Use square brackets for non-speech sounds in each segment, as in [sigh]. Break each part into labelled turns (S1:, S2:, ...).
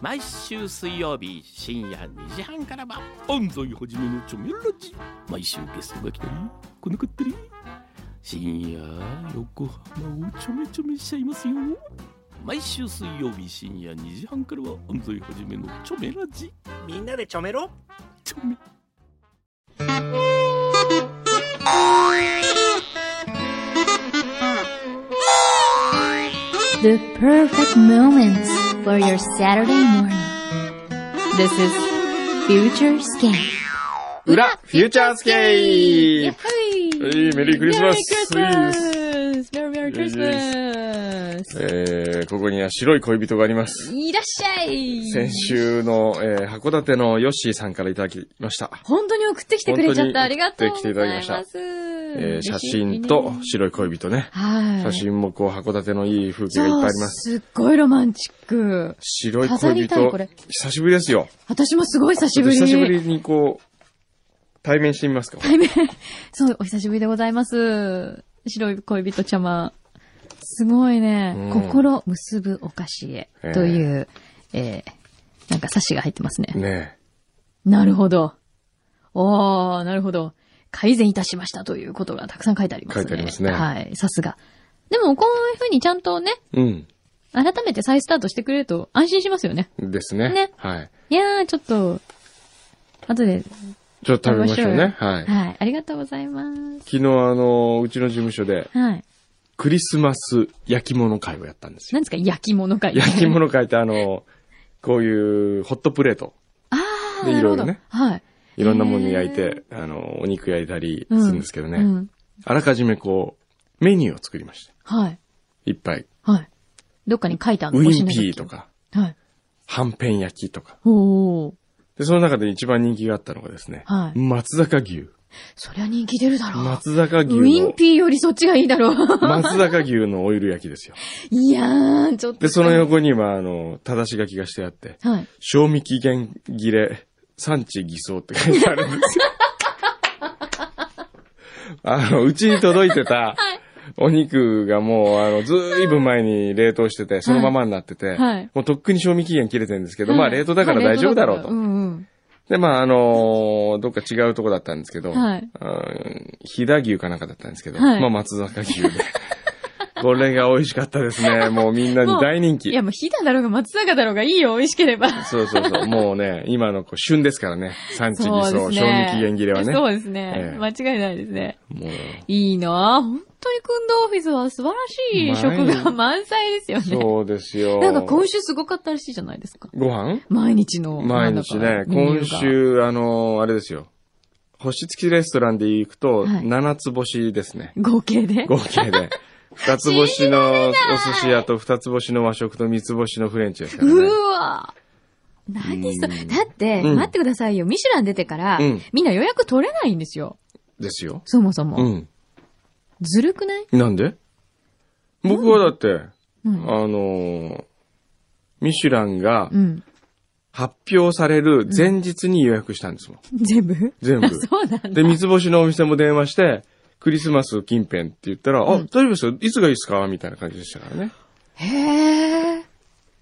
S1: 毎週水曜日深夜2時半からは安西はじめのチョメラジ毎週ゲストが来たり来なかったり深夜横浜をちょめちょめしちゃいますよ毎週水曜日深夜2時半からは安西はじめのチョメラジ
S2: みんなでちょめろ
S1: チョメ
S3: The perfect moments for your Saturday morning. This is Future Scan.
S4: 裏、フューチャースケー
S3: Yay!
S4: プはいメリークリスマス
S3: Merry Merry Christmas!
S4: えー、ここには白い恋人があります。
S3: いらっしゃい
S4: 先週の、えー、函館のヨッシーさんからいただきました。
S3: 本当に送ってきてくれちゃった。あ
S4: 本当に送って
S3: りがとうございます。
S4: きていただきましえー、
S3: え
S4: 写真と白い恋人ね。
S3: はい。
S4: 写真もこう、函館のいい風景
S3: そ
S4: が
S3: う
S4: いっぱいあります。
S3: すっごいロマンチック。
S4: 白い
S3: 飾り
S4: 恋
S3: たい
S4: 人
S3: これ、
S4: 久しぶりですよ。
S3: 私もすごい久しぶり。
S4: ちょっと久しぶりにこう、対面してみますか。
S3: 対面。そう、お久しぶりでございます。白い恋人ちゃま。すごいね。
S4: うん
S3: 心結ぶお菓子へ
S4: ええ
S3: という、えー、なんか冊子が入ってますね。
S4: ね
S3: なるほど。おー、なるほど。改善いたしましたということがたくさん書いてありますね。
S4: 書いてありますね
S3: はい、さすが。でも、こういうふうにちゃんとね、
S4: え。うん。
S3: 改めて再スタートしてくれると安心しますよね。
S4: ですね。
S3: ね
S4: はい。
S3: いやー、ちょっと、後で、
S4: ちょっと食べましょうね。
S3: 食
S4: はい。
S3: はい、ありがとうございます。
S4: 昨日あの、うちの事務所で、
S3: はい。
S4: クリスマス焼き物会をやったんですよ。
S3: なんですか焼き物会。
S4: 焼き物会ってあの、こういうホットプレート。
S3: ああ、
S4: で
S3: なるほど
S4: いろいろね
S3: はい。
S4: いろんなもの焼いて、あの、お肉焼いたりす
S3: う
S4: るんですけどね。
S3: うん
S4: あらかじめこう、メニューを作りました。
S3: はい。
S4: いっぱい。
S3: はい。どっかに書いてある
S4: ウィンピーと。か、
S3: はい。
S4: はんぺん焼きとか。
S3: おー。
S4: で、その中で一番人気があったのがですね、
S3: はい
S4: 松坂牛。
S3: そりゃ人気出るだろう。
S4: 松坂牛
S3: ウィ
S4: の
S3: ン、ピーよりそっちがいいだろう。
S4: 松坂牛のオイル焼きですよ。
S3: いやー、ちょっと。
S4: で、その横には、あの、正し書きがしてあって、
S3: はい。
S4: 賞味期限切れ、産地偽装って書いてあるん [laughs] ですよ。あの、うちに届いてた、お肉がもう、あの、ずいぶん前に冷凍してて、そのままになってて、
S3: はい
S4: もうとっくに賞味期限切れてるんですけど、
S3: はい
S4: まあ冷凍だから大丈夫だろうと。
S3: はい冷凍だからうんうん。
S4: で、まああのーどっか違うとこだったんですけど、
S3: はい
S4: うん飛騨牛かなんかだったんですけど、
S3: はい
S4: まあ松坂牛で。 [laughs] これが美味しかったですね。もうみんなに大人気。
S3: いや、もうヒダだろうが松坂だろうがいいよ、美味しければ。
S4: そうそうそう。もうね、今のこう旬ですからね。産地偽装、
S3: そうです
S4: 賞
S3: ね。
S4: 味期限切れはね。
S3: そうですね
S4: え。え
S3: 間違いないですね。
S4: もう、
S3: いいなぁ。本当にくんどオフィスは素晴らしい食が満載ですよね。
S4: そうですよ。
S3: なんか今週すごかったらしいじゃないですか。
S4: ご飯
S3: 毎日の。
S4: 毎日ね、
S3: なんだ
S4: 今
S3: か。
S4: 週、あの、あれですよ。星付きレストランで行くと、
S3: はい
S4: 7つ星ですね。
S3: 合計で。
S4: 合計で。2つ星のお寿司屋と2つ星の和食と3つ星のフレンチですからね。
S3: うわ何それ。
S4: うん
S3: だって、
S4: うん
S3: 待ってくださいよ。ミシュラン出てから、
S4: うん
S3: みんな予約取れないんですよ。
S4: ですよ。
S3: そもそも。
S4: うん。
S3: ずるくない
S4: なんで僕はだって、
S3: う
S4: あ
S3: ん。
S4: の、ミシュランが
S3: うん。 [laughs]
S4: 発表される前日に予約したんですもん。
S3: 全部 [laughs]
S4: 全部。
S3: そうなんだ。
S4: で、三つ星のお店も電話して、クリスマス近辺って言ったら、あ、大丈夫ですよ。いつがいいですかみたいな感じでしたからね。
S3: へえ。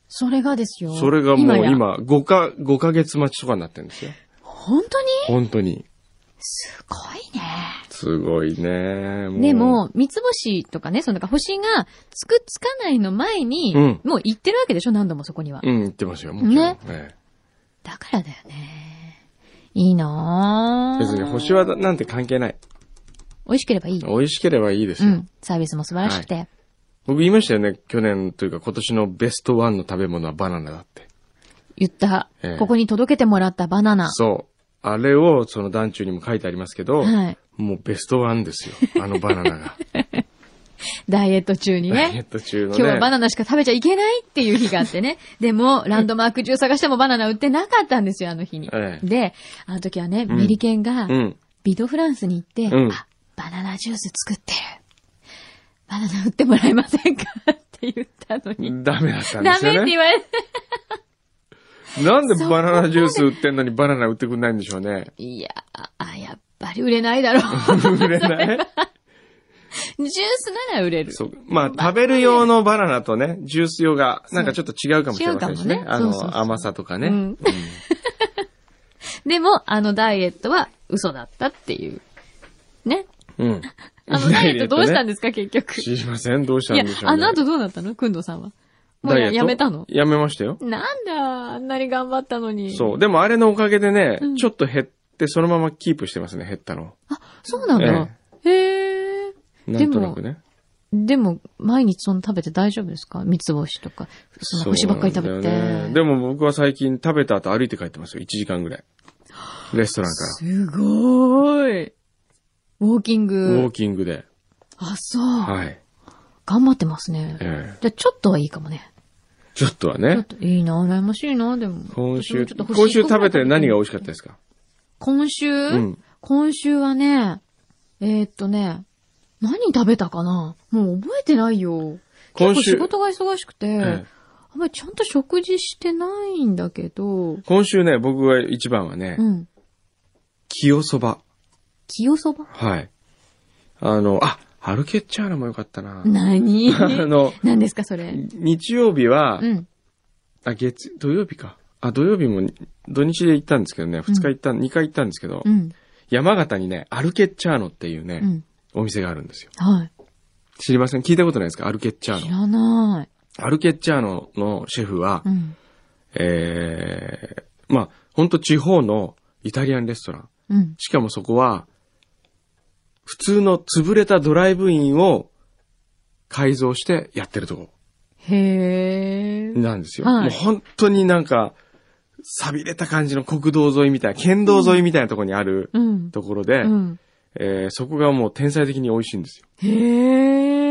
S3: それがですよ。
S4: それがもう
S3: や
S4: 今、5か、5ヶ月待ちとかになってるんですよ。
S3: 本当に
S4: 本当に。
S3: すごいね。
S4: すごいね。う
S3: で、も、三つ星とかね、そのなんか星がつくつかないの前に、
S4: うん
S3: もう行ってるわけでしょ何度もそこには。
S4: うん、言ってますよ。もちろん。
S3: ね
S4: え
S3: だからだよね。いいな
S4: え
S3: ぁ
S4: 別に星はなんて関係ない。
S3: 美味しければいい。
S4: 美味しければいいです
S3: う
S4: よ。
S3: ん。サービスも素晴らしくて。
S4: 僕言いましたよね。去年というか今年のベストワンの食べ物はバナナだって。
S3: 言った、
S4: ええ
S3: ここに届けてもらったバナナ。
S4: そう。あれを、その団中にも書いてありますけど、
S3: はい
S4: もうベストワ
S3: [laughs]
S4: ンですよ。あのバナナが。
S3: ダイエット中に
S4: ダイエッ
S3: ね。
S4: ト中の
S3: 今
S4: ね。
S3: 日はバナナしか食べちゃいけないっていう日があって
S4: [laughs]
S3: ね。でも、ランドマーク中探してもバナナ売ってなかったんですよ、あの日に。
S4: ええ
S3: で、あの時はね、
S4: ん
S3: メリケンが、
S4: うん。
S3: ビドフランスに行って、
S4: うん
S3: あ、バナナジュース作ってる。バナナ売ってもらえませんかって言ったのに。
S4: ダメだったんで
S3: ダ
S4: す
S3: メっ
S4: よ
S3: て
S4: ね
S3: 言。われて。。
S4: なんでバナナジュース売ってんのにバナナ売ってくんないんでしょうね
S3: いや、あ、やっぱり売れないだろう。
S4: 売れない
S3: ジュースなら売れる。
S4: そう。まあ、食べる用のバナナとね、ジュース用が、なんかちょっと違うかもしれませんしね。
S3: 違うかもねそ
S4: あ
S3: うそうそう
S4: の、甘さとかね。
S3: うん [laughs] でも、あのダイエットは嘘だったっていう。ね。
S4: うん。
S3: あのダイエットどうしたん
S4: で
S3: ですか、結局。
S4: 知りません。どうしたん
S3: いや
S4: でしょう、ね。
S3: あの後どうなったのくんどうさんは。もう
S4: ダイエ
S3: や
S4: ット
S3: やめたの
S4: やめましたよ。
S3: なんだ、あんなに頑張ったのに。
S4: そう。でもあれのおかげでね、
S3: うん
S4: ちょっと減って、そのままキープしてますね、減ったの。
S3: そうなんだ。へえ。
S4: なんとなくね。
S3: でも、毎日その食べて大丈夫ですか三つ星とか。そんな星ばっかり食べ
S4: そうなんだよ
S3: て。
S4: ねでも僕は最近食べた後歩いて帰ってますよ。1時間ぐらい。レストランか
S3: すごーい。ウォーキン
S4: ら。ウォー
S3: グ。
S4: キングで。
S3: あ、そう。
S4: はい。
S3: 頑張ってますね。
S4: ええ
S3: じゃあ、ちょっとはいいかもね。
S4: ちょっとは
S3: ちょっ
S4: ね。
S3: といいな、羨ましいな、でも。
S4: 今
S3: 私
S4: 週、
S3: もちょっと欲
S4: 今
S3: しい
S4: 週食べて何が美味しかったですか
S3: 今週、
S4: うん。
S3: 今週はね、えー、っとね、何食べたかなもう覚えてないよ。結構
S4: 今週
S3: 仕事が忙しくて、
S4: ええ
S3: あんまりちゃんと食事してないんだけど、
S4: 今週ね、僕が一番はね
S3: う、ん。
S4: 清そば。
S3: 清そば
S4: はい。あの、あ、春ケッチャーナもよかったな。
S3: 何
S4: [laughs] あの、
S3: 何ですか、それ。
S4: 日曜日は
S3: う、ん。
S4: あ、月、土曜日か。あ、土曜日も、土日で行ったんですけどね、二日行った、二回行ったんですけど
S3: う、ん。
S4: 山形にね、アルケッチャーノっていう
S3: う
S4: ね、
S3: ん。
S4: お店があるんですよ。
S3: はい。
S4: 知りません聞いたことないですかアルケッチャー
S3: 知
S4: ノ。
S3: らない。
S4: アルケッチャーノのシェフは
S3: う、ん。
S4: ええまあ、ほんと地方のイタリアンレストラン。
S3: うん。
S4: しかもそこは、普通の潰れたドライブインを改造してやってるとこ
S3: へー。
S4: なんですよ。
S3: はい
S4: もう本当になんか、錆びれた感じの国道沿いみたいな、県道沿いみたいなとこにある
S3: うん。
S4: ところで、
S3: うん。
S4: えーそこがもう天才的に美味しいんですよ。
S3: へ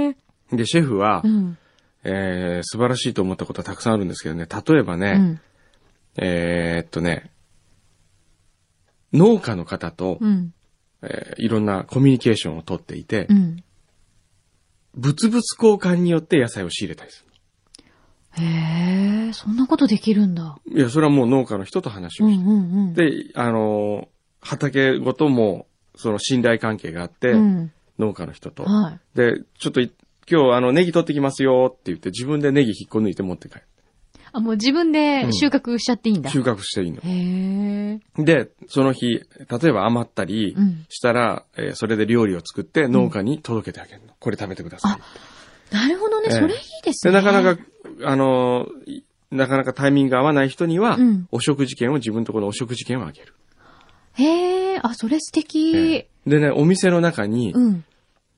S3: ー。
S4: で、シェフは、
S3: うん。
S4: えー素晴らしいと思ったことはたくさんあるんですけどね、例えばね、
S3: うん。
S4: えーっとね、農家の方と、
S3: うん。
S4: えーいろんなコミュニケーションをとっていて、
S3: うん。
S4: 物々交換によって野菜を仕入れたりす
S3: へー。そんなことできるんだ。
S4: る。いや、それはもう農家の人と話
S3: う
S4: を
S3: ん
S4: し
S3: う
S4: て、
S3: んうん。
S4: で、あのー畑ごとも、その信頼関係があって、
S3: うん。
S4: 農家の人と。
S3: はい。
S4: で、ちょっとい今日あのネギ取ってきますよって言って自分でネギ引っこ抜いて持って帰る。
S3: あ、もう自分で収穫しちゃっていいんだ。
S4: 収穫していいの。
S3: へー。
S4: で、その日、例えば余ったり
S3: うん
S4: したら、えーそれで料理を作って農家に届けてあげるの。これ食べてください。
S3: なるほどね。
S4: ええ
S3: それいいです
S4: で、
S3: ね。
S4: なかなか、あのー、いなかなかタイミングが合わない人には、
S3: うん
S4: お食事券を自分のところのお食事券をあげる。
S3: へー。あ、それ素敵
S4: え。えでね、お店の中に、
S3: うん。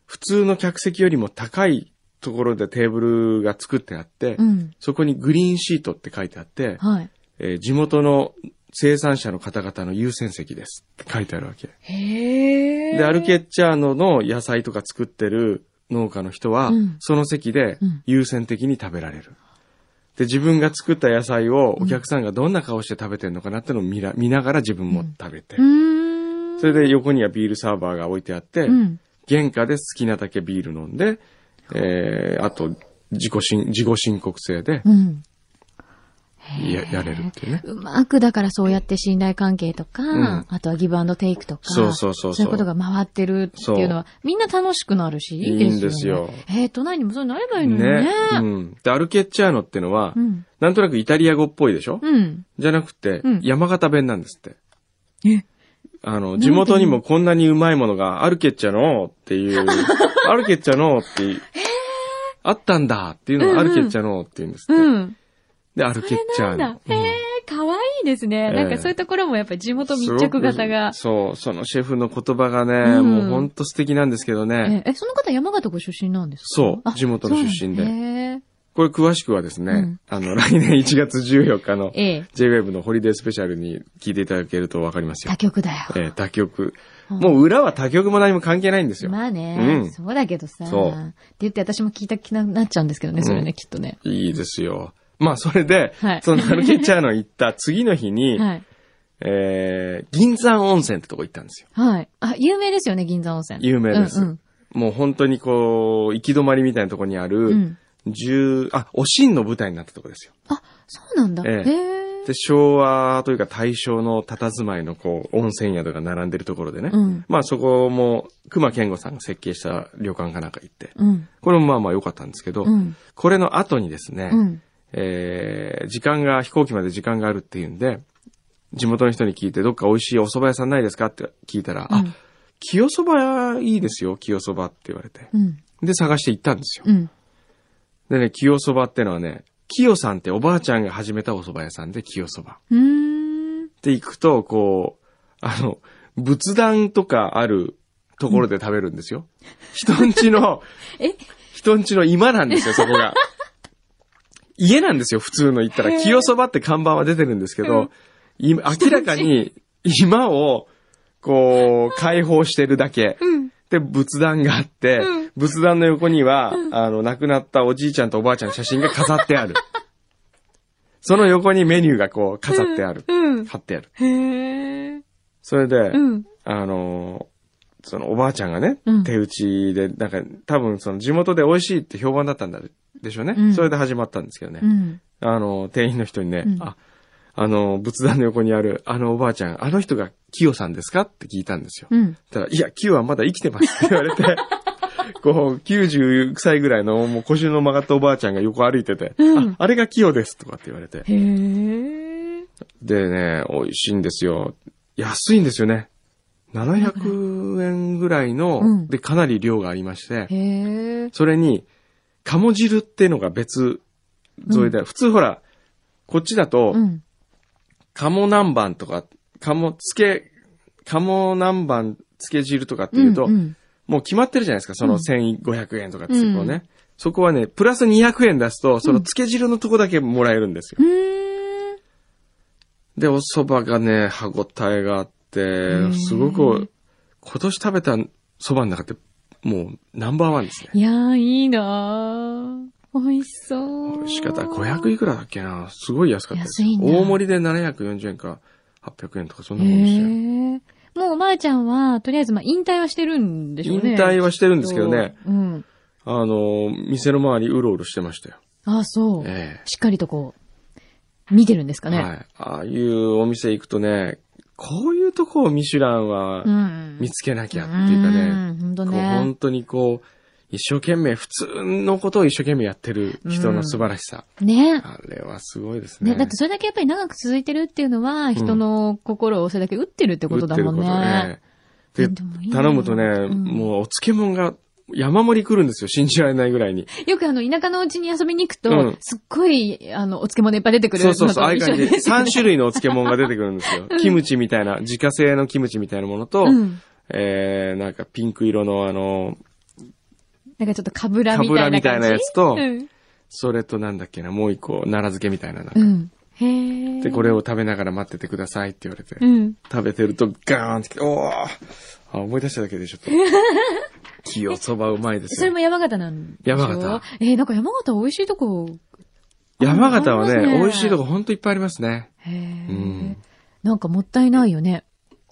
S4: 普通の客席よりも高いところでテーブルが作ってあって、
S3: うん。
S4: そこにグリーンシートって書いてあって、
S3: はい。
S4: えー地元の生産者の方々の優先席ですって書いてあるわけ。
S3: へー。
S4: で、アルケッチャーノの野菜とか作ってる農家の人は、
S3: うん
S4: その席で
S3: うん
S4: 優先的に食べられる。で、自分が作った野菜をお客さんがどんな顔して食べてるのかなってのを見ら見ながら自分も食べて、
S3: うーん。
S4: それで横にはビールサーバーが置いてあって、
S3: うん。
S4: 原価で好きなだけビール飲んで、えー、あと、自己申、自己申告制で
S3: うん。
S4: や、やれるっていうね。
S3: うまく、だからそうやって信頼関係とか、
S4: ん
S3: あとはギブアンドテイクとか、
S4: そうそうそうそう
S3: いうことが回ってるっていうのは、みんな楽しくなるし、いいですよ、ね。
S4: いいんですよ
S3: えー、都内にもそうなればいいのにね。
S4: うん。で、アルケッチャーノってのは、
S3: うん。
S4: なんとなくイタリア語っぽいでしょ、
S3: うん。
S4: じゃなくて、
S3: うん
S4: 山形弁なんですって。
S3: え
S4: あの、地元にもこんなにうまいものがあるけっちゃのっ
S3: [laughs]
S4: ていう、あるけっちゃのっていう、あったんだっていうの
S3: うんうん
S4: があるけっちゃのって言うんですって。
S3: うん。
S4: で、あるけっちゃ
S3: なんだ
S4: の。。
S3: へえ、かわいいですね。
S4: ええ
S3: なんかそういうところもやっぱり地元密
S4: すご
S3: 着
S4: く
S3: 型が。
S4: そう、そのシェフの言葉がね、
S3: うん
S4: もうほんと素敵なんですけど
S3: え
S4: ね。
S3: え、その方山形ご出身なんですか
S4: そう
S3: あ
S4: 地元の出身で
S3: そうなんだ
S4: これ詳しくはですね、
S3: うん
S4: あの、来年1月14日の
S3: へえええ、
S4: JWAVE のホリデースペシャルに聞いていただけるとわかりますよ
S3: 他。局だよ。
S4: えー、他局。もう裏は他局も何も関係ないんですよ。
S3: まあね、
S4: うん
S3: そうだけどさ。
S4: そう
S3: って言って私も聞いた気になっちゃうんですけどね、それね、
S4: うん
S3: きっとね。
S4: いいですよ。まあ、それで、
S3: はい
S4: そのアルケチャーノ行った次の日に、
S3: はい。
S4: えー、銀山温泉ってとこ行ったんですよ。
S3: はい。あ、有名ですよね、銀山温泉。
S4: 有名です。
S3: うん
S4: もう本当にこう、行き止まりみたいなとこにあ
S3: うん。うん
S4: る、十、あ、おしんの舞台になったとこですよ。
S3: あ、そうなんだ。
S4: え
S3: へ
S4: え
S3: え。
S4: で、昭和というか大正の佇まいのこう、温泉宿が並んでるところでね。
S3: うん。
S4: まあそこも、熊健吾さんが設計した旅館かなんか行って。
S3: うん。
S4: これもまあまあ良かったんですけど、
S3: うん。
S4: これの後にですね、
S3: うん。
S4: えー、時間が、飛行機まで時間があるっていうんで、地元の人に聞いて、どっか美味しいお蕎麦屋さんないですかって聞いたら、
S3: う
S4: あ
S3: ん、
S4: 清蕎麦屋いいですよ、清蕎麦って言われて。
S3: うん。
S4: で、探して行ったんですよ。
S3: うん。
S4: でね、清蕎麦ってのはね、清さんっておばあちゃんが始めたお蕎麦屋さんで、清蕎麦。
S3: うん。
S4: で行くと、こう、あの、仏壇とかあるところで食べるんですよ。人んちの、
S3: [laughs] え
S4: 人んちの居間なんですよ、そこ
S3: [laughs]
S4: が。家なんですよ、普通の言ったら。清そばって看板は出てるんですけど、い明らかに居間を、こう、開放してるだけ。で、仏壇があって、仏壇の横には、あの、亡くなったおじいちゃんとおばあちゃんの写真が飾ってある。その横にメニューがこう、飾ってある。
S3: うん。
S4: 貼ってある。
S3: へえ。
S4: それで、
S3: うん。
S4: あのーそのおばあちゃんがね、
S3: うん
S4: 手打ちで、なんか、多分その地元で美味しいって評判だったんだでしょうね。
S3: うん
S4: それで始まったんですけどね。
S3: うん。
S4: あのー店員の人にね、
S3: うん
S4: あ、あのー仏壇の横にある、あのおばあちゃん、あの人がキヨさんですかって聞いたんですよ。
S3: うん。
S4: たら、いや、キヨはまだ生きてますって言われて、 [laughs] こう、90歳ぐらいの、もう腰の曲がったおばあちゃんが横歩いてて、
S3: うん
S4: あ、あれがキヨですとかって言われて。
S3: へえ。
S4: でね、美味しいんですよ。安いんですよね。700円ぐらいの、
S3: うん
S4: で、かなり量がありまして、
S3: へえ。
S4: それに、鴨汁っていうのが別添えで、普通ほら、こっちだと、
S3: うん。
S4: 鴨南蛮とか、鴨漬け、鴨南蛮漬け汁とかっていうと、
S3: うん。
S4: もう決まってるじゃないですか、そ
S3: う
S4: の
S3: ん
S4: 1500円とかっていうのね、
S3: う
S4: そこはね、プラス200円出すと、その漬け汁のとこだけもらえるんですよ。
S3: うん。
S4: で、お蕎麦がね、歯ごたえがあって、
S3: ん
S4: すごく、今年食べた蕎麦の中で、もうナンバーワンですね。
S3: いやー、いいなー。美味しそう。
S4: 美味しかった。500いくらだっけなすごい安かったです。
S3: 安いんだ
S4: 大盛りで740円か800円とかそんなもんでしたよ。
S3: へえ。もうおばあちゃんは、とりあえず、まあ、引退はしてるんでしょ
S4: 引
S3: うね。
S4: 退
S3: は
S4: はしてるんですけどね、。
S3: うん。
S4: あの、店の周りうろうろしてましたよ。
S3: あ、そう。
S4: え
S3: しっかりとこう、見てるんです
S4: え
S3: かね。
S4: はい。ああいうお店行くとね、こういうとこをミシュランは
S3: うん。
S4: 見つけなきゃっていうかね、
S3: ん。本当
S4: こう
S3: ね
S4: 本。当にこう、一生懸命、普通のことを一生懸命やってる人の素晴らしさ。
S3: ね。
S4: あれはすごいですね。
S3: ね、だってそれだけやっぱり長く続いてるっていうのは、人の心をそれだけ打ってるってことだもんね。
S4: 打ってる
S3: で
S4: ことね
S3: もい
S4: で、
S3: いな
S4: 頼むとね、
S3: うん
S4: もうお漬物が山盛り来るんですよ。信じられないぐらいに。
S3: よくあの、田舎のうちに遊びに行くと、
S4: うん
S3: すっごい、あの、お漬物いっぱい出てくる
S4: そ
S3: の
S4: うそうそう、ああ
S3: と
S4: いう
S3: 一緒
S4: 感じ
S3: に
S4: で。3種類のお漬物が出てくるんです
S3: [laughs]
S4: よ。キムチみたいな、自家製のキムチみたいなものと、
S3: うん。
S4: えー、なんかピンク色のあの、
S3: なんかちょっとかぶら
S4: か
S3: み
S4: ぶ
S3: た
S4: ら
S3: いな感じ。
S4: みたいなやつと、
S3: うん。
S4: それとなんだっけな、もう一個、奈良漬けみたいななんか
S3: うん。へえ。
S4: で、これを食べながら待っててくださいって言われて。
S3: うん。
S4: 食べてるとガーンって来て、おーあ、思い出しただけでちょ
S3: [laughs]
S4: っと。清そばうまいです
S3: それ
S4: よ。
S3: も山形なんでしょ
S4: 山形。
S3: えー、なんか山形美味しいとこ。
S4: 山形は
S3: あります
S4: ね、
S3: ね
S4: 美味しいとこほんといっぱいありますね。
S3: へ
S4: う
S3: え
S4: ん。
S3: なんかもったいないよね。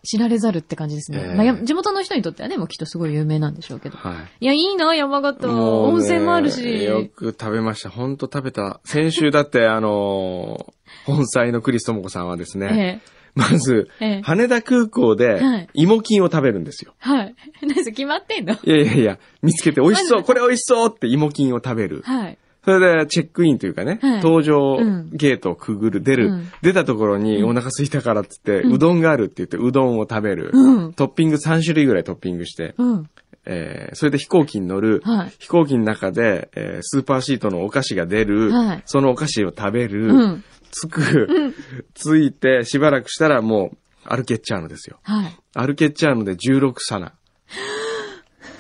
S3: 知られざるって感じですね。
S4: ええ
S3: まあや、地元の人にとってはね、もうきっとすごい有名なんでしょうけど。
S4: はい
S3: や、いいな、山形。
S4: い。
S3: 温泉もあるし。
S4: よく食べました。ほんと食べた。先週だって、あのー本妻のクリスともこさんはです
S3: え
S4: ね、
S3: え
S4: まず、
S3: ええ
S4: 羽田空港で
S3: はい、
S4: 芋菌を食べるんですよ。
S3: はい。何です決まってんの
S4: いやいやいや、見つけて美味しそ
S3: ま
S4: う、
S3: ず
S4: これ美味しそうって芋菌を食べる。
S3: はい。
S4: それで、チェックインというかね、
S3: はい
S4: 搭乗
S3: うん
S4: ゲートをくぐる、出る、
S3: うん
S4: 出たところにお腹空いたからってって、う
S3: うん
S4: どんがあるって言って、うどんを食べる、
S3: うん
S4: トッピング3種類ぐらいトッピングして、
S3: うん。
S4: えー、それで飛行機に乗る、
S3: はい
S4: 飛行機の中で、えースーパーシートのお菓子が出る、
S3: はい
S4: そのお菓子を食べる、
S3: うん。
S4: つく、ついて、しばらくしたらもう、歩けちゃうのですよ。
S3: はい。
S4: 歩けちゃうので16皿。
S3: [laughs]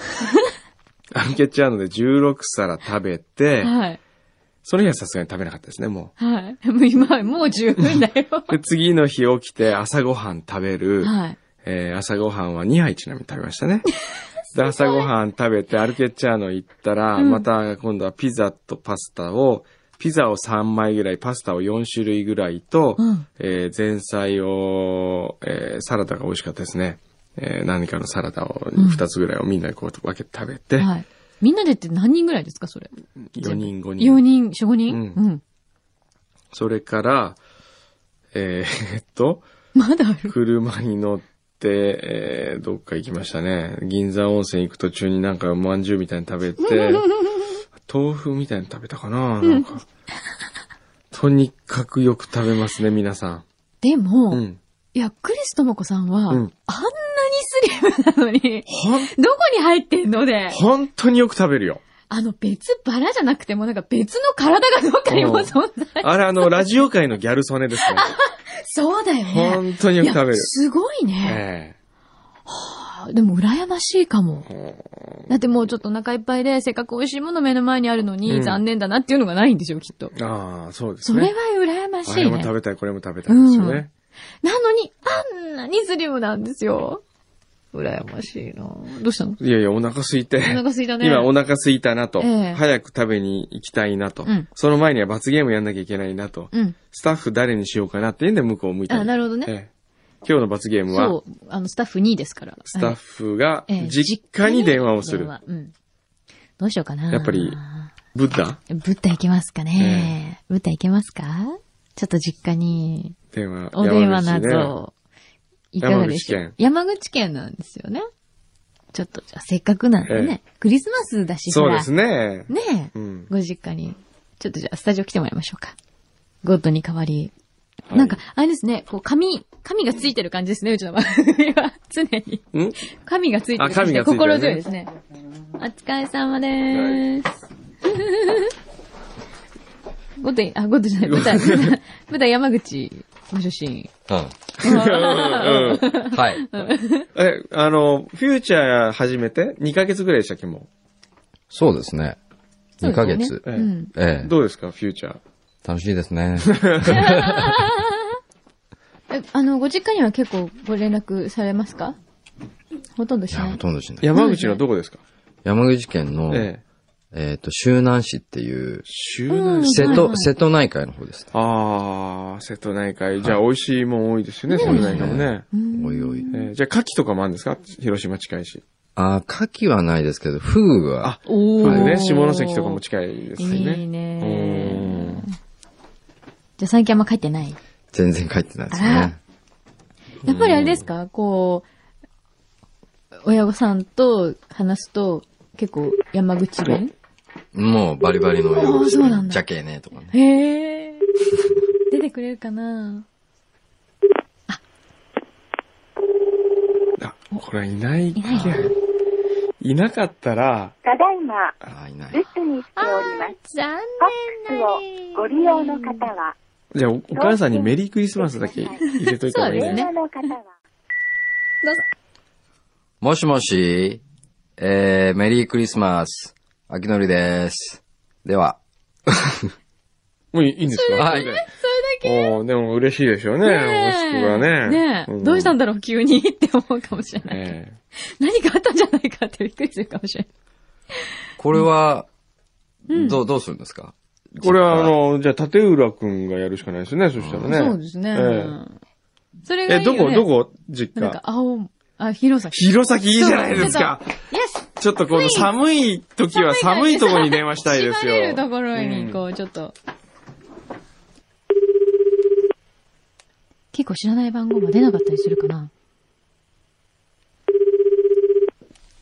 S4: 歩けちゃうので16皿食べて、
S3: はい。
S4: その日はさすがに食べなかったですね、も
S3: はい。もう今、もう十分だよ。
S4: う。で、次の日起きて朝ごはん食べる。
S3: はい。
S4: えー朝ごはんは2杯ちなみに食べまし
S3: [laughs]
S4: たね。で、朝ごはん食べて、アルケッチャーノ行ったら、
S3: ん
S4: また今度はピザとパスタを、ピザを3枚ぐらい、パスタを4種類ぐらいと、
S3: うん
S4: えー前菜を、えーサラダが美味しかったですね。えー何かのサラダを
S3: うん
S4: 2つぐらいをみんなでこう分けて食べて、
S3: はい。みんなでって何人ぐらいですか、それ。
S4: 4人5人。
S3: 4人、4、5人
S4: うん
S3: うん。
S4: それから、ええーえっと、
S3: [laughs] まだある。
S4: 車に乗って、えーどっか行きましたね。銀座温泉行く途中になんかまんじゅうみたいに食
S3: [laughs]
S4: べて、豆腐みたいに食べたかななんか。とにかくよく食べますね、皆さ
S3: で
S4: ん。
S3: も、
S4: うん。
S3: いや、クリスともこさんは、
S4: うん
S3: あんなにスリムなのに、 [laughs]
S4: ほん、
S3: どこに入ってんので、
S4: 本当によく食べるよ。
S3: あの別バラじゃなくてもなんか別の体がどっかにも存在。
S4: あれ、あの、ラジオ界のギャル曽根ですね。
S3: そうだよね。
S4: 本当に
S3: [laughs]
S4: よ
S3: い
S4: く食べ
S3: や、
S4: る。
S3: すごいね。
S4: え
S3: あでも羨ましいかも。
S4: え
S3: だってもうちょっとお腹いっぱいで、せっかく美味しいもの目の前にあるのに、
S4: うん
S3: 残念だなっていうのがないんでしょう、きっと。
S4: ああ、そうです
S3: それ
S4: ね。
S3: は羨まし
S4: あ
S3: い
S4: れも
S3: ね。
S4: 食べたい、これも食べたいですよね。
S3: なのに、あんなにスリムなんですよ。羨ましいなどうしたの
S4: いやいや、お腹空いて。
S3: お腹空いたね。
S4: 今お腹空いたなと、
S3: ええ
S4: 早く食べに行きたいなと、
S3: うん
S4: その前には罰ゲームやんなきゃいけないなと、
S3: うん。
S4: スタッフ誰にしようかなっていうんで向こうを向いた
S3: あ、な
S4: る
S3: るほどね。
S4: 今日の罰ゲーム
S3: そ
S4: は、
S3: う、あの、スタッフ2ですから。
S4: スタッ
S3: フ、
S4: フが
S3: ええ
S4: 実家に電話をする。
S3: 電話うん。どうしようかな。
S4: やっぱりブッダ
S3: ブッダ行けますかね。ブッダ行けますかちょっと実家に、
S4: 電話。
S3: お電話
S4: 山
S3: な
S4: 口ね。
S3: ど、いかがでしょう山口県なんですよね。ちょっと、じゃあせっかくなんでね、クリスマスだし、
S4: そうです
S3: ね。
S4: ね。
S3: ねえ、
S4: うん
S3: ご実家に。ちょっとじゃあスタジオ来てもらいましょうか。ゴッドに代わり。
S4: はい
S3: なんか、あれですね、こう、紙、紙がついてる感じですね、うちの番組は。 [laughs] 常に。
S4: ん
S3: 紙がついてる感じで
S4: あ紙が
S3: 心
S4: ついて
S3: 強い
S4: るね
S3: ですね。お疲れ様でーす。ゴッドに、あ、ゴッドじゃない、舞台、舞台山口ご出身。
S4: うんうん
S5: はい。
S4: え、あの、フューチャー始めて2ヶ月ぐらいでしたっけ、も
S5: そうですね。2ヶ
S3: そう
S5: 月。
S4: う。ええ
S3: うん。
S5: ええ。
S4: どうですか、フューチャー。
S5: 楽しいです
S3: [laughs]
S5: ね。
S3: え、あの、ご実家には結構ご連絡されますかほとんど
S5: い
S3: し
S5: や、
S3: な
S5: ほ
S3: い。
S5: とんどしない。
S4: 山口のどこですか、
S5: 山口県の、
S4: ええ。
S5: えっと、周南市っていう、
S4: 周南市。
S5: 瀬
S3: はいは
S5: 戸、
S3: い
S5: 瀬戸内海の方です。
S4: ああ、瀬戸内海。じゃあ、美味しいもん多いですよね、瀬戸内海もね。
S3: うん
S5: おいおい。
S4: えーじゃあ、牡蠣とかもあるんですか広島近いし。
S5: あー、牡蠣はないですけど、フグは、
S3: お
S4: あ
S3: ー
S4: れね、下関とかも近いですよね。
S3: いいね
S4: うん
S3: じゃあ最近あんま帰ってない
S5: 全然帰ってないです
S3: あら
S5: ね。
S3: やっぱりあれですかこう、親御さんと話すと、結構山口弁
S5: もうバリバリの
S3: あーそうなんだ
S5: じゃけえねとかね。
S3: へえ。出てくれるかな
S4: あ、これはいない
S3: いない
S4: いなかったら、
S6: ただいま、
S5: あーいない
S6: 留。守にしております。
S3: 残
S6: ファックスをご利用の方は、
S4: じゃあお、お母さんにメリークリスマスだけ入れといた方がいい
S3: そうです
S4: ね。
S6: 電
S3: ね
S6: 話の方は、
S5: もしもし、えー、メリークリスマス、秋のりです。では、
S4: もういいいいんですか
S5: はい
S4: それだけ。おーでも嬉しいでしょうね。息子がね。
S3: ねえ、
S4: ん
S3: どうしたんだろう急にって思うかもしれない。
S4: え
S3: 何かあったんじゃないかってびっくりするかもしれない。
S5: これは、どう、どうするんですか
S4: えこれは、あ、の、じゃあ、立浦くんがやるしかないですよね、そしたらね。
S3: そうですね。
S4: え
S3: それ
S4: え
S3: がい
S4: え、
S3: いよ、
S4: ど
S3: ね。
S4: こ、どこ実
S3: なんか
S4: 家。
S3: 青、あ、広さ。
S4: 弘前いいじゃないですか。
S3: イエス
S4: ちょっとこの寒い時は寒いところに電話したいです
S3: 縛れる
S4: よ。
S3: ところに、こう、ちょっと。結構知らない番号も出なかったりするかな。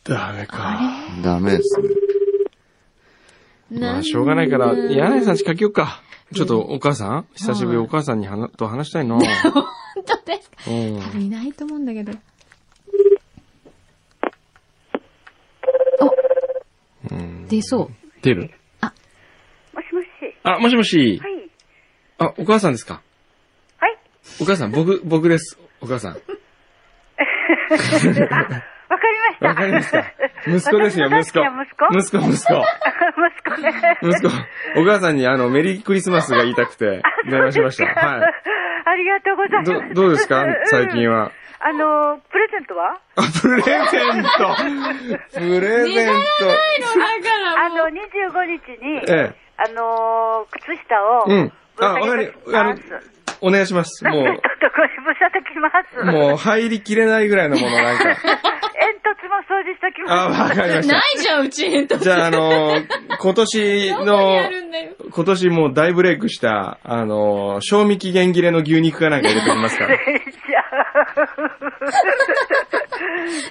S4: ダメか。
S5: ダメですね。
S4: まあ、しょうがないから、柳井さんちかけようか。ちょっとお母さん久しぶり
S3: はい
S4: お母さんに話と話したいな。
S3: 本当ですか
S4: うん
S3: 多分いないと思うんだけど。
S4: うん
S3: 出そう。
S4: 出る
S6: もしもし。
S4: あ、もしもし
S6: は。い。
S4: あ、お母さんですか
S6: はい。
S4: お母さん、僕、僕です。お母さん。
S6: わかりました。
S4: わかりますか息子ですよ、息
S6: 私
S4: 子
S6: の大好きな。息子
S4: 息子、息子。
S6: [laughs] 息子ね。
S4: 息子。お母さんにあの、メリークリスマスが言いたくて、電話しました。は
S6: ありがとうござい
S4: い。
S6: ます。
S4: ど、どうですか最近は。
S6: あの、プレゼントは
S4: あ、プレゼントプレゼン
S6: あの、25日に、
S4: トええ。
S6: あの、靴下を、
S4: うんあ
S6: ぶら下 [laughs] げます
S4: お願いします。も
S6: ちょっとこれぶさときます。
S4: う、もう入りきれないぐらいのものなんか。
S6: 煙突も掃除しとき
S4: あ、
S6: ます。
S4: わかりまし
S3: ない
S4: た。
S3: じゃん、うちにと。
S4: じゃあ、あのー今年
S3: どこに
S4: の
S3: あ、るんだよ。
S4: 今年もう大ブレイクした、あのー賞味期限切れの牛肉かなんか入れておきますから。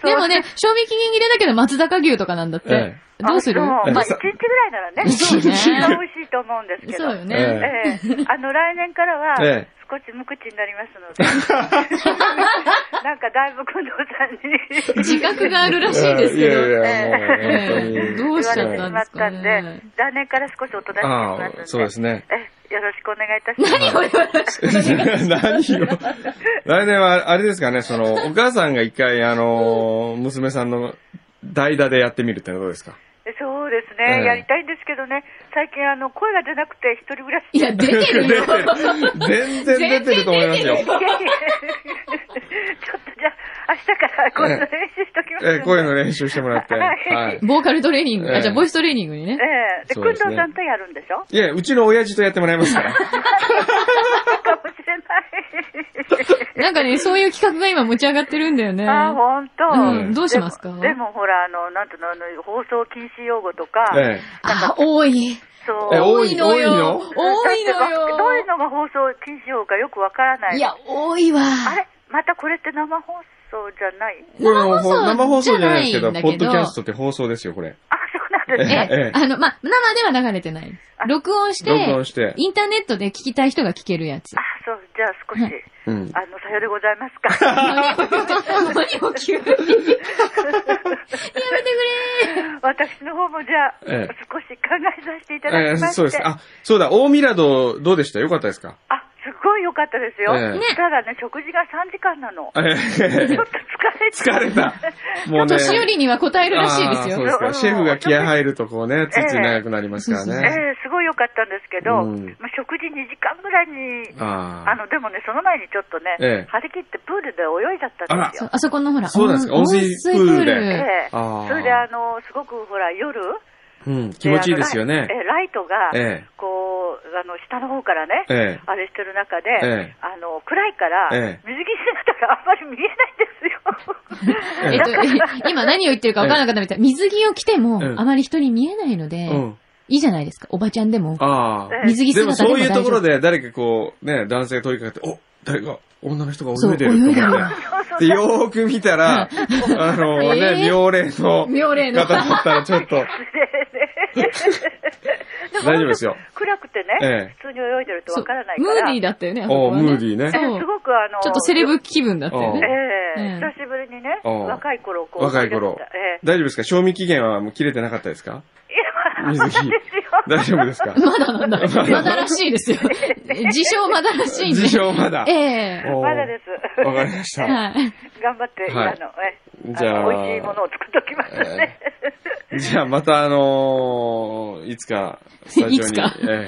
S3: でもね、賞味期限切れだけど松坂牛とかなんだって。
S4: え
S6: [laughs]
S3: どうする
S6: あそう
S4: ええ
S6: まあ、一日ぐらいならね、
S3: そうね
S6: 一番美味しいと思うんですけど。
S3: そうよね。
S4: え
S6: ええあの、来年からは、
S4: ええ
S6: 少し無口になりますの
S4: [laughs]
S6: で。なんか、だいぶ、近藤さんに
S3: 自覚があるらしいです
S4: い
S3: けど。
S4: やいや、もう
S3: ええ
S4: 本当に。
S3: どう
S6: 言
S3: し
S6: わ
S3: ち
S6: れ
S3: ゃってた
S6: し
S3: ん
S6: ま
S3: で
S6: っ
S3: す
S6: た
S3: か
S6: んで
S3: ね。、
S6: 来年から少しおとなしく
S4: あ
S6: しま
S4: あ、
S6: す
S4: そ
S6: ん
S4: う
S6: で。
S4: ですね。
S6: ええよろしくお願いいたします。
S3: 何を言われ
S4: [laughs] 何を。来年は、あれですかね、その、お母さんが一回、あのー娘さんの代打でやってみるってのはどうですか
S6: そうです
S4: え
S6: ね、
S4: え
S6: やりたいんですけどね、最近、あの、声が出なくて、一人暮らし。
S4: [laughs]
S3: いや、出てるよ。
S4: 全然出てると思いますよ。
S6: いやいやちょっとじゃあ、明日からこういうの練習しときます、
S4: ええ、声の練習してもらって。
S6: はい
S4: はい。
S3: ボーカルトレーニング。
S4: え
S3: あ、
S4: え
S3: じゃあボイストレーニングにね。
S6: ええで、
S4: そう
S6: 工
S4: で
S6: 藤
S4: すね
S6: さんとやるんでし
S4: [laughs]
S6: ょ
S4: いや、うちの親父とやってもらいますから。
S6: そうかもしれない。
S3: なんかね、そういう企画が今持ち上がってるんだよね。
S6: ああ、ほんと。
S3: うんどうしますか
S6: でもでもほら、あの、なんていうの、あの、放送禁止用語とか、
S4: ええ。
S3: あ、多い。
S6: そう。
S4: え多い
S3: の
S4: 多い
S3: よ
S4: の。
S3: 多いのよ。
S6: どういうのが放送禁止用語かよくわからない。
S3: いや、多いわ。
S6: あれまたこれって生放送じゃない
S4: これもうほ
S3: 生
S4: 生
S3: 放
S4: 放
S3: 送
S4: 送
S3: じゃ
S4: じゃ
S3: な
S4: ないい
S3: ん
S4: です
S3: だ
S4: け
S3: けど
S4: ど、ポッドキャストって放送ですよ、これ。
S6: あ、そうなんです
S4: え
S6: ね。
S3: ええ、あの、まあ、生では流れてない。録音して、
S4: 録音して。
S3: インターネットで聞きたい人が聞けるやつ
S4: [laughs]
S6: あ。、そう、じゃあ少し、
S4: うん。
S6: あの、さようでございます
S4: [laughs]
S6: か。
S3: 何を急に。やめてくれ
S6: 私の方もじゃあ、
S4: ええ
S6: 少し考えさせていただ
S4: ええ
S6: きまして。
S4: そうです。あ、そうだ、大ミラドどうでしたよかったですか
S6: あ、すごい良かったですよ。
S4: ええね
S6: ただね、食事が3時間なの。
S4: ええ
S6: [laughs] ちょっと疲
S4: 疲
S6: れ
S4: れ
S6: て。
S4: た。もうね。
S3: 年寄りには答えるらしいです
S4: あーそう
S3: よ。
S4: ですか。シェフが気合入るとこうね、ついつい
S6: ええ
S4: 長くなりますから
S3: そうそう
S4: ね。
S6: ええすごい良かったんですけど、
S4: うん
S6: まあ、食事2時間ぐらいに、
S4: あ
S6: あ
S4: あ。
S6: の、でもね、その前にちょっとね、
S4: ええ
S6: 張り切ってプールで泳いじゃったんです
S3: そう
S6: よ。
S3: あそこのほら、
S4: そうなんですか温水プールで
S6: ええ
S4: あー
S6: それであの、すごくほら、夜、
S4: うん、気持ちいいですよ
S6: あの
S4: ね
S6: ラ。イええライトが、
S4: え
S6: こう、あの、下の方からね、
S4: ええ
S6: あれしてる中で、
S4: ええ
S6: あの、暗いから、
S4: ええ
S6: 水着姿があんまり見えないん
S4: [laughs]
S6: ですよ。
S3: えっと、今何を言ってるか分からなかったみたい。水着を着ても、
S4: うん
S3: あまり人に見えないので、
S4: うん。
S3: いいじゃないですか。おばちゃんでも。
S4: ああ。
S6: ええ
S3: 水着
S4: で
S3: 姿でも
S4: も
S3: 大丈
S4: そ
S3: 夫。
S4: ういうところで誰かこう、ね、男性が問いかけて、お、誰か、女の人が泳いでる
S3: そう泳
S4: と思
S3: いでる
S4: って。で、よーく見たら、あの
S3: ええ
S4: ね、妙齢の
S3: 妙齢の
S4: 方だったらちょ
S3: [laughs]
S4: っと、大丈夫ですよ。
S6: 暗くて
S4: え
S6: ね
S4: え、
S6: 普通に泳いでると
S3: そう
S6: わからない
S3: ム
S6: から。
S3: ーディーだったよね、あそこ
S4: お
S3: はね
S4: ムーディーね。
S3: そう
S6: すごくあの、
S3: ちょっとセレブ気分だったよ
S4: お
S3: ね
S4: う。
S6: ええ
S3: うん
S6: 久しぶりにね、
S4: おう
S6: 若い頃をこう。
S4: 若い頃
S6: 思出したええ
S4: 大丈夫ですか賞味期限はもう切れてなかったですか
S6: いや、
S4: 水着。大丈夫ですか
S3: まだ [laughs] なんだ。
S4: [laughs]
S3: まだらしいですよ。自称まだらしいんで。
S4: 自称まだ。
S3: ええ
S4: おー
S6: まだです。 [laughs]
S4: わかりました。
S3: はい。
S6: 頑張って、
S4: はい
S6: あの、ええ
S4: じゃあ
S6: の美味しいものを作っておきますね。
S4: じゃあまたあのーいつか、スタジ
S3: い
S4: オ
S3: つ
S4: に、
S3: か
S4: え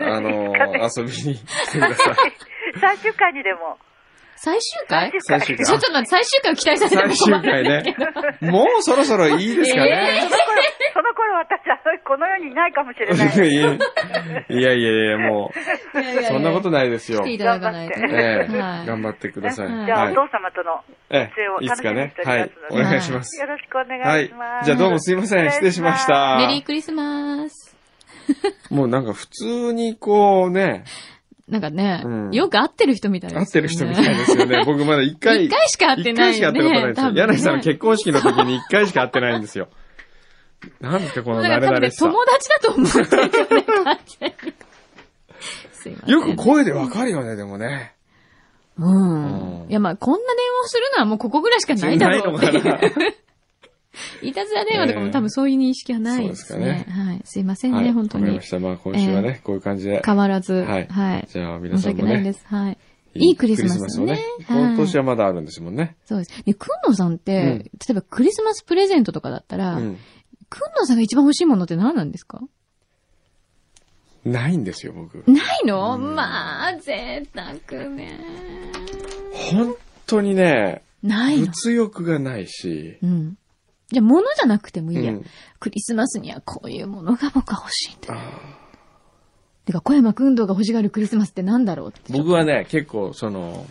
S4: えあのー遊びに来てください。
S6: [laughs] 最終回にでも。
S3: 最終回ち
S4: 最終
S3: ょっ
S4: 回。
S3: と待って、最終回を期待させても
S4: 最終
S3: 困る
S4: 回ね。もうそろそろいいですかね。
S6: その頃私はこの世にいないかもし
S4: [laughs]
S6: れない。
S4: いやいやいや、も、
S3: いやいやいうや
S4: そんなことないですよ
S3: 来。ていただかないと。
S4: ええ
S3: はい
S4: 頑張ってください。
S3: ね
S6: じゃあ、
S4: はい
S6: お父様との
S4: え
S6: 撮影を
S4: えいつ
S6: 楽しみ
S4: か
S6: にし
S4: ね
S6: て。お
S4: はい。
S6: りますの
S4: お
S6: で、
S4: 願いします
S6: よ。ろしくお
S4: は
S6: 願い
S4: い
S6: しま。す。
S4: じゃあどうもすいません。失礼しまし。た。
S3: メリークリスマス。
S4: もうなんか普通にこうね、
S3: なんかね、
S4: うん
S3: よく会ってる人みたいです、
S4: 会ってる人みたいです
S3: [laughs]
S4: よね。僕まだ一回。
S3: 一回しか会ってない
S4: 一回しか
S3: よ
S4: 会
S3: ね
S4: ったことないですよ。
S3: 多分ね
S4: 柳さんの結婚式の時に一回しか会ってないんですよ。なんですか、この
S3: な
S4: 慣
S3: んか多分ね、
S4: れ慣れしさ。
S3: 友達だと思ってるよね、完全にすいません。
S4: よく声でわかるよね、でもね。
S3: うん。いや、まあ、こんな電話をするのはもうここぐらいしかないだろうってい
S4: な
S3: う。
S4: いの
S3: [laughs]
S4: か
S3: いたずら電話とかも多分そういう認識はないです
S4: そう
S3: ね
S4: で。す
S3: はい。すいません
S4: な。
S3: ね、
S4: はい、わ
S3: 本当
S4: かり
S3: に
S4: ま。した。まあ今週はね、こういう感じで。
S3: 変わらず。は。
S4: はいい
S3: はい。
S4: じゃあ皆
S3: 申し
S4: さん
S3: 訳
S4: も
S3: ないで
S4: ね、
S3: す。はい。いいクリスマスをねはい
S4: 今年はまだあるんですもんね。
S3: そうです。で、くんのさんって、
S4: うん
S3: 例えばクリスマスプレゼントとかだったら、
S4: う
S3: くん
S4: ん。
S3: のさんが一番欲しいものって何なんですか
S4: ないんですよ、僕。
S3: ないの、まあ、贅沢ね。
S4: 本当にね、
S3: ないの。
S4: 物欲がないし。
S3: うん。じゃあ、物じゃなくてもいいや、
S4: うん
S3: クリスマスにはこういうものが僕は欲しいんだ。
S4: あー
S3: てか、小山くんどうが欲しがるクリスマスって何だろうって。
S4: 僕はね、結構その、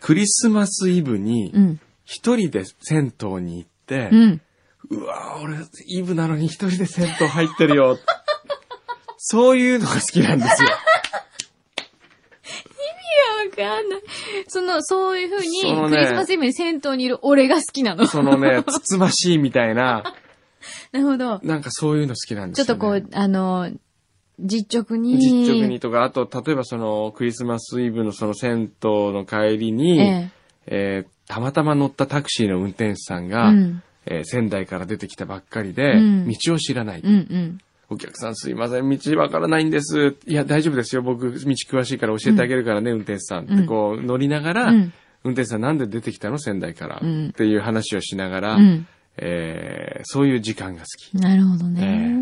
S4: クリスマスイブに、
S3: うん。
S4: 一人で銭湯に行って
S3: う、ん。
S4: うわぁ、俺、イブなのに一人で銭湯入ってるよ。 [laughs] そういうのが好きなんです
S3: [laughs]
S4: よ。
S3: わかんない。その、そういうふうに、
S4: そのね
S3: クリスマスイブに銭湯にいる俺が好きなの。
S4: そのね、つつましいみたいな、
S3: なるほど。
S4: なんかそういうの好きなんで
S3: ちょっ
S4: すよ、
S3: と
S4: ね。
S3: こう、あの、実直に。
S4: 実直にとか、あと、例えばその、クリスマスイブのその銭湯の帰り
S3: え
S4: に、
S3: え。
S4: えーたまたま乗ったタクシーの運転手さん
S3: う
S4: が、
S3: ん。
S4: えー仙台から出てきたばっかりで、
S3: うん
S4: 道を知らない、
S3: うんうん。
S4: お客さんすいません、道わからないんです。いや、大丈夫ですよ。僕、道詳しいから教えてあげるからね、運転手さん。ってこう、乗りながら、
S3: うん
S4: 運転手さんなんで出てきたの仙台から、
S3: うん
S4: っていう話をしながら、
S3: うん。
S4: えーそういう時間が好き。
S3: なるほどね。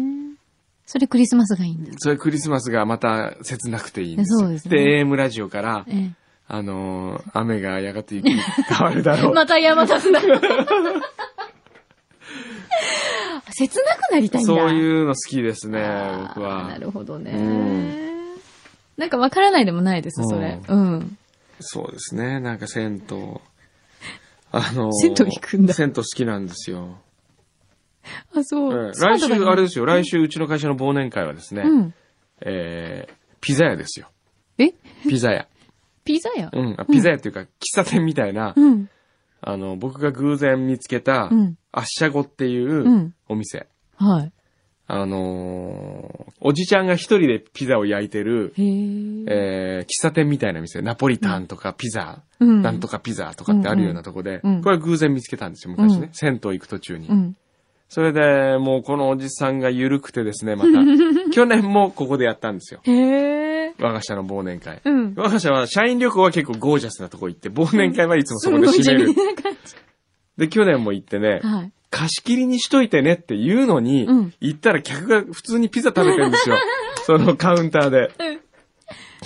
S3: それクリスマスがいいんだ。
S4: それクリスマスがまた切なくていいんですよ。
S3: そうですね
S4: AM ラジオから、
S3: ええ。
S4: あのー雨がやがて雪に変わる [laughs] だろう。
S3: また山立つな。 [laughs] 切なくなりたいんだ。
S4: そう
S3: う、
S4: いうの好きですね、僕
S3: な
S4: は。
S3: るほどね。
S4: うん
S3: なんかわからないでもないです、それ。うん。
S4: そうですね、なんか銭湯。あのー
S3: 銭湯行くんだ
S4: 銭湯好きなんですよ。
S3: あ、そう。。
S4: ええ来週、あれですすよ、来週うちの会社の忘年会はですね、
S3: うん。
S4: えーピザ屋ですよ。
S3: え
S4: ピザ屋。
S3: ピザ屋
S4: うん、あピザ屋っていうか、喫茶店みたいな、
S3: うん。
S4: あの、僕が偶然見つけた、
S3: うん
S4: アッシャゴってい
S3: ん
S4: うお店。
S3: はい。
S4: あのーおじちゃんが一人でピザを焼いてる、
S3: へー
S4: えー、喫茶店みたいな店、ナポリタンとかピザ、
S3: うん
S4: なんとかピザとかってあるようなとこで、
S3: うんうん
S4: これ偶然見つけたんですよ、昔ね。
S3: うん
S4: 銭湯行く途中に。
S3: うん。
S4: それで、もうこのおじさんが緩くてです
S3: [laughs]
S4: ね、また、去年もここでやったんですよ。
S3: へえ。
S4: 我が社の忘年会。
S3: うん。
S4: 我が社は、社員旅行は結構ゴージャスなとこ行って、忘年会はいつもそこで締
S3: す
S4: め
S3: ごい
S4: る
S3: 地。味な感
S4: で、去年も行ってね
S3: じ。、 [laughs] はい。
S4: 貸し切りにしといてねって言うのに、
S3: うん
S4: 行ったら客が普通にピザ食べてるんです [laughs] よ。そのカウンターで。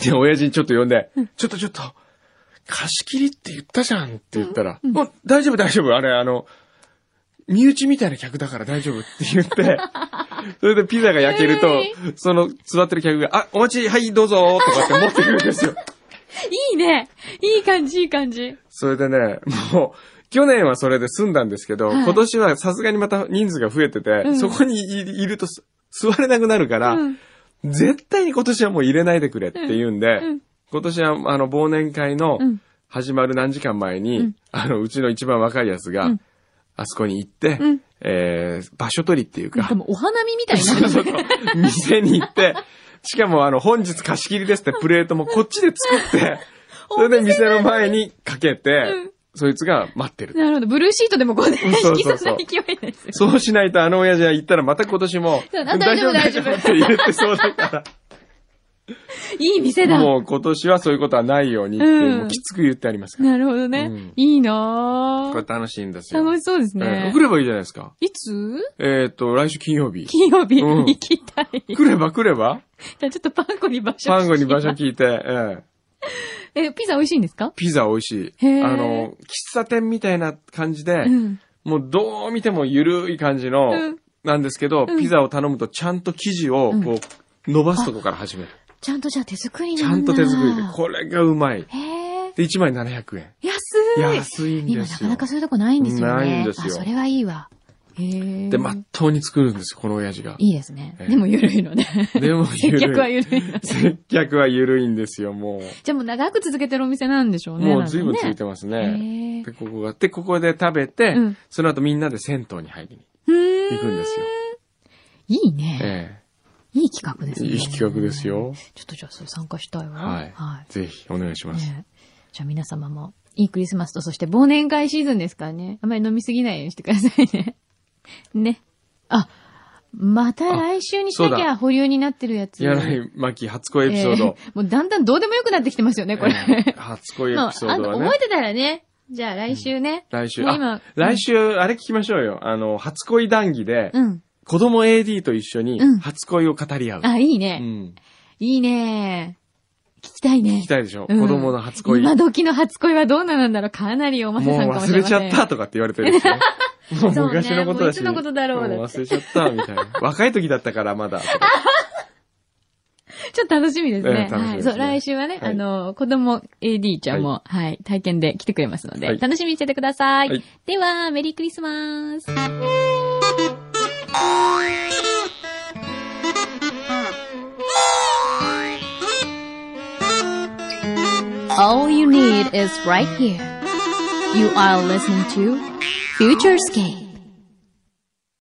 S4: で、親父にちょっと呼んで、ちょっとちょっと、貸し切りって言ったじゃんって言ったら、もう大丈夫大丈夫、あれあの、身内みたいな客だから大丈夫って言って、 [laughs] それでピザが焼けると、その座ってる客が、あ、お待ち、はい、どうぞとかって持ってくるんですよ。
S3: いいね。いい感じ、いい感じ。
S4: それでね、もう、去年はそれで済んだんですけど、
S3: はい
S4: 今年はさすがにまた人数が増えてて、
S3: ん
S4: そこにいいるとす座れなくなるから、
S3: うん
S4: 絶対に今年はもう入れないでくれって言うんで、
S3: うん
S4: 今年はあの忘年会の
S3: うん
S4: 始まる何時間前に、
S3: うん
S4: あの、うちの一番若いやつが、
S3: うん
S4: あそこに行って、
S3: うん
S4: えー、場所取りっていう
S3: なん
S4: か
S3: か、もうお花見みたい
S4: そう
S3: な。
S4: そうそう。店に行って、しかもあの、本日貸し切りですってプレートもこっちで作
S3: [laughs]
S4: って、それで店の前にかけて、そいつが待ってる。
S3: なるほど。ブルーシートでもこうね、
S4: うんそう
S3: 引き
S4: そ
S3: さ
S4: うそう
S3: ない勢いですよ。
S4: そうしないとあの親父は行ったらまた今年も、
S3: [laughs] そうあ大丈夫
S4: 大丈夫って言ってそうだ
S3: [laughs]
S4: か
S3: いい店
S4: ら、
S3: だ。
S4: もう今年はそういうことはないようにって、
S3: うん
S4: もうきつく言ってありますから。
S3: [laughs] なるほどね。
S4: うん
S3: いいな
S4: これ
S3: ぁ。
S4: 楽しいんですよ。
S3: 楽しそうです
S4: ええ
S3: ね
S4: 送。ればいいじゃないですか。
S3: いつ
S4: えっと、来週金曜日。
S3: 金曜日、
S4: うん
S3: 行きたい。じ [laughs]
S4: 来れば来れば
S3: ゃあちょっとパンコに場所。
S4: パンゴに場所。聞いて、ええ
S3: え、ピザ美味しいんですか
S4: ピザ美味し
S3: へ
S4: い。
S3: ー
S4: あの、喫茶店みたいな感じで
S3: う、ん。
S4: もうどう見てもゆるい感じの
S3: うん、
S4: なんですけど、
S3: うん
S4: ピザを頼むとちゃんと生地をこう、伸ばすとこから始める。
S3: ちゃんとじゃあ手作り
S4: ち
S3: な
S4: ゃん
S3: ん
S4: と
S3: だ
S4: 手作りで。これがうまい。
S3: へえ。
S4: で、1枚700円。
S3: 安い。
S4: 安いん
S3: 今
S4: で
S3: な
S4: す
S3: か
S4: よ
S3: な。かそういうとこないんですよね。
S4: ないんですよ
S3: あ、それはいいわ。へえ。
S4: で、まっとうに作るんですよ、この親父が。
S3: いいですね。
S4: ええ
S3: でも緩いのね。
S4: でも
S3: 接
S4: ゆ
S3: 客は
S4: るい。
S3: 緩いの
S4: [laughs]
S3: ね。
S4: 接客はゆるいんですよ、もう。
S3: じゃあもう長く続けてるお店なんでしょうね。
S4: もう随分ついて
S3: ま
S4: ます
S3: す
S4: ね。
S3: ね。へえ
S4: で、ここが。で、ここで食べて
S3: うん、
S4: その後みんなで銭湯に入りに
S3: うーん。
S4: 行くんですよ。
S3: いいね。
S4: え
S3: いい企画です
S4: え。
S3: ね。
S4: いい企画です。よ。
S3: ちょっとじゃあそれ参加したいわ。
S4: はい
S3: は
S4: ぜひ、お願いし
S3: い。
S4: ます。
S3: ねじゃあ皆様も、いいクリスマスと、そして忘年会シーズンですからね。あまり飲みすぎないようにしてくださいね。 [laughs] ね。あ、また来週にしな
S4: あ
S3: き
S4: そう
S3: ゃ
S4: だ
S3: 保留になってるやつ。
S4: 柳巻初恋エピソード。
S3: えー [laughs] もうだんだんどうでもよくなってきてますよね、 [laughs] これ。
S4: えー初恋エ
S3: まあ、
S4: ピソ
S3: あ
S4: ード
S3: の、
S4: は
S3: 覚え
S4: ね。
S3: てたらね、じゃあ来週ね。
S4: 来週。
S3: もう今うん
S4: あ、来週、あれ聞きましょうよ。あの、初恋談義で、
S3: うん。
S4: 子供 AD と一緒に
S3: うん
S4: 初恋を語り合う。
S3: あ、いいうね。
S4: ん。
S3: いいね。聞きたいね
S4: 聞き。たいでしょ
S3: うん
S4: 子供の初恋。も
S3: 今
S4: う
S3: 時の初恋はどうなんだろうかなりおませさんかもし
S4: 忘
S3: れ
S4: れ
S3: ま
S4: ち
S3: せん。
S4: ゃったとかって言われてるんですよ。も
S3: [laughs] そう
S4: う
S3: ね
S4: 昔のこと
S3: もう
S4: だし。
S3: いつのことだろうだって
S4: も忘れちゃった、みたいな。若い時だったから、
S3: [laughs]
S4: まだ。
S3: ちょっと楽しみですね。
S4: ええ楽しみ
S3: は
S4: で
S3: い。
S4: すね
S3: そう、来週はね、
S4: はい
S3: あの、子供 AD ちゃんも、はい、体験で来てくれますので、
S4: はい
S3: 楽しみにしててください。
S4: はい
S3: では、メリークリスマス。
S7: 「
S3: all you need is right here. You are listening to Futurescape.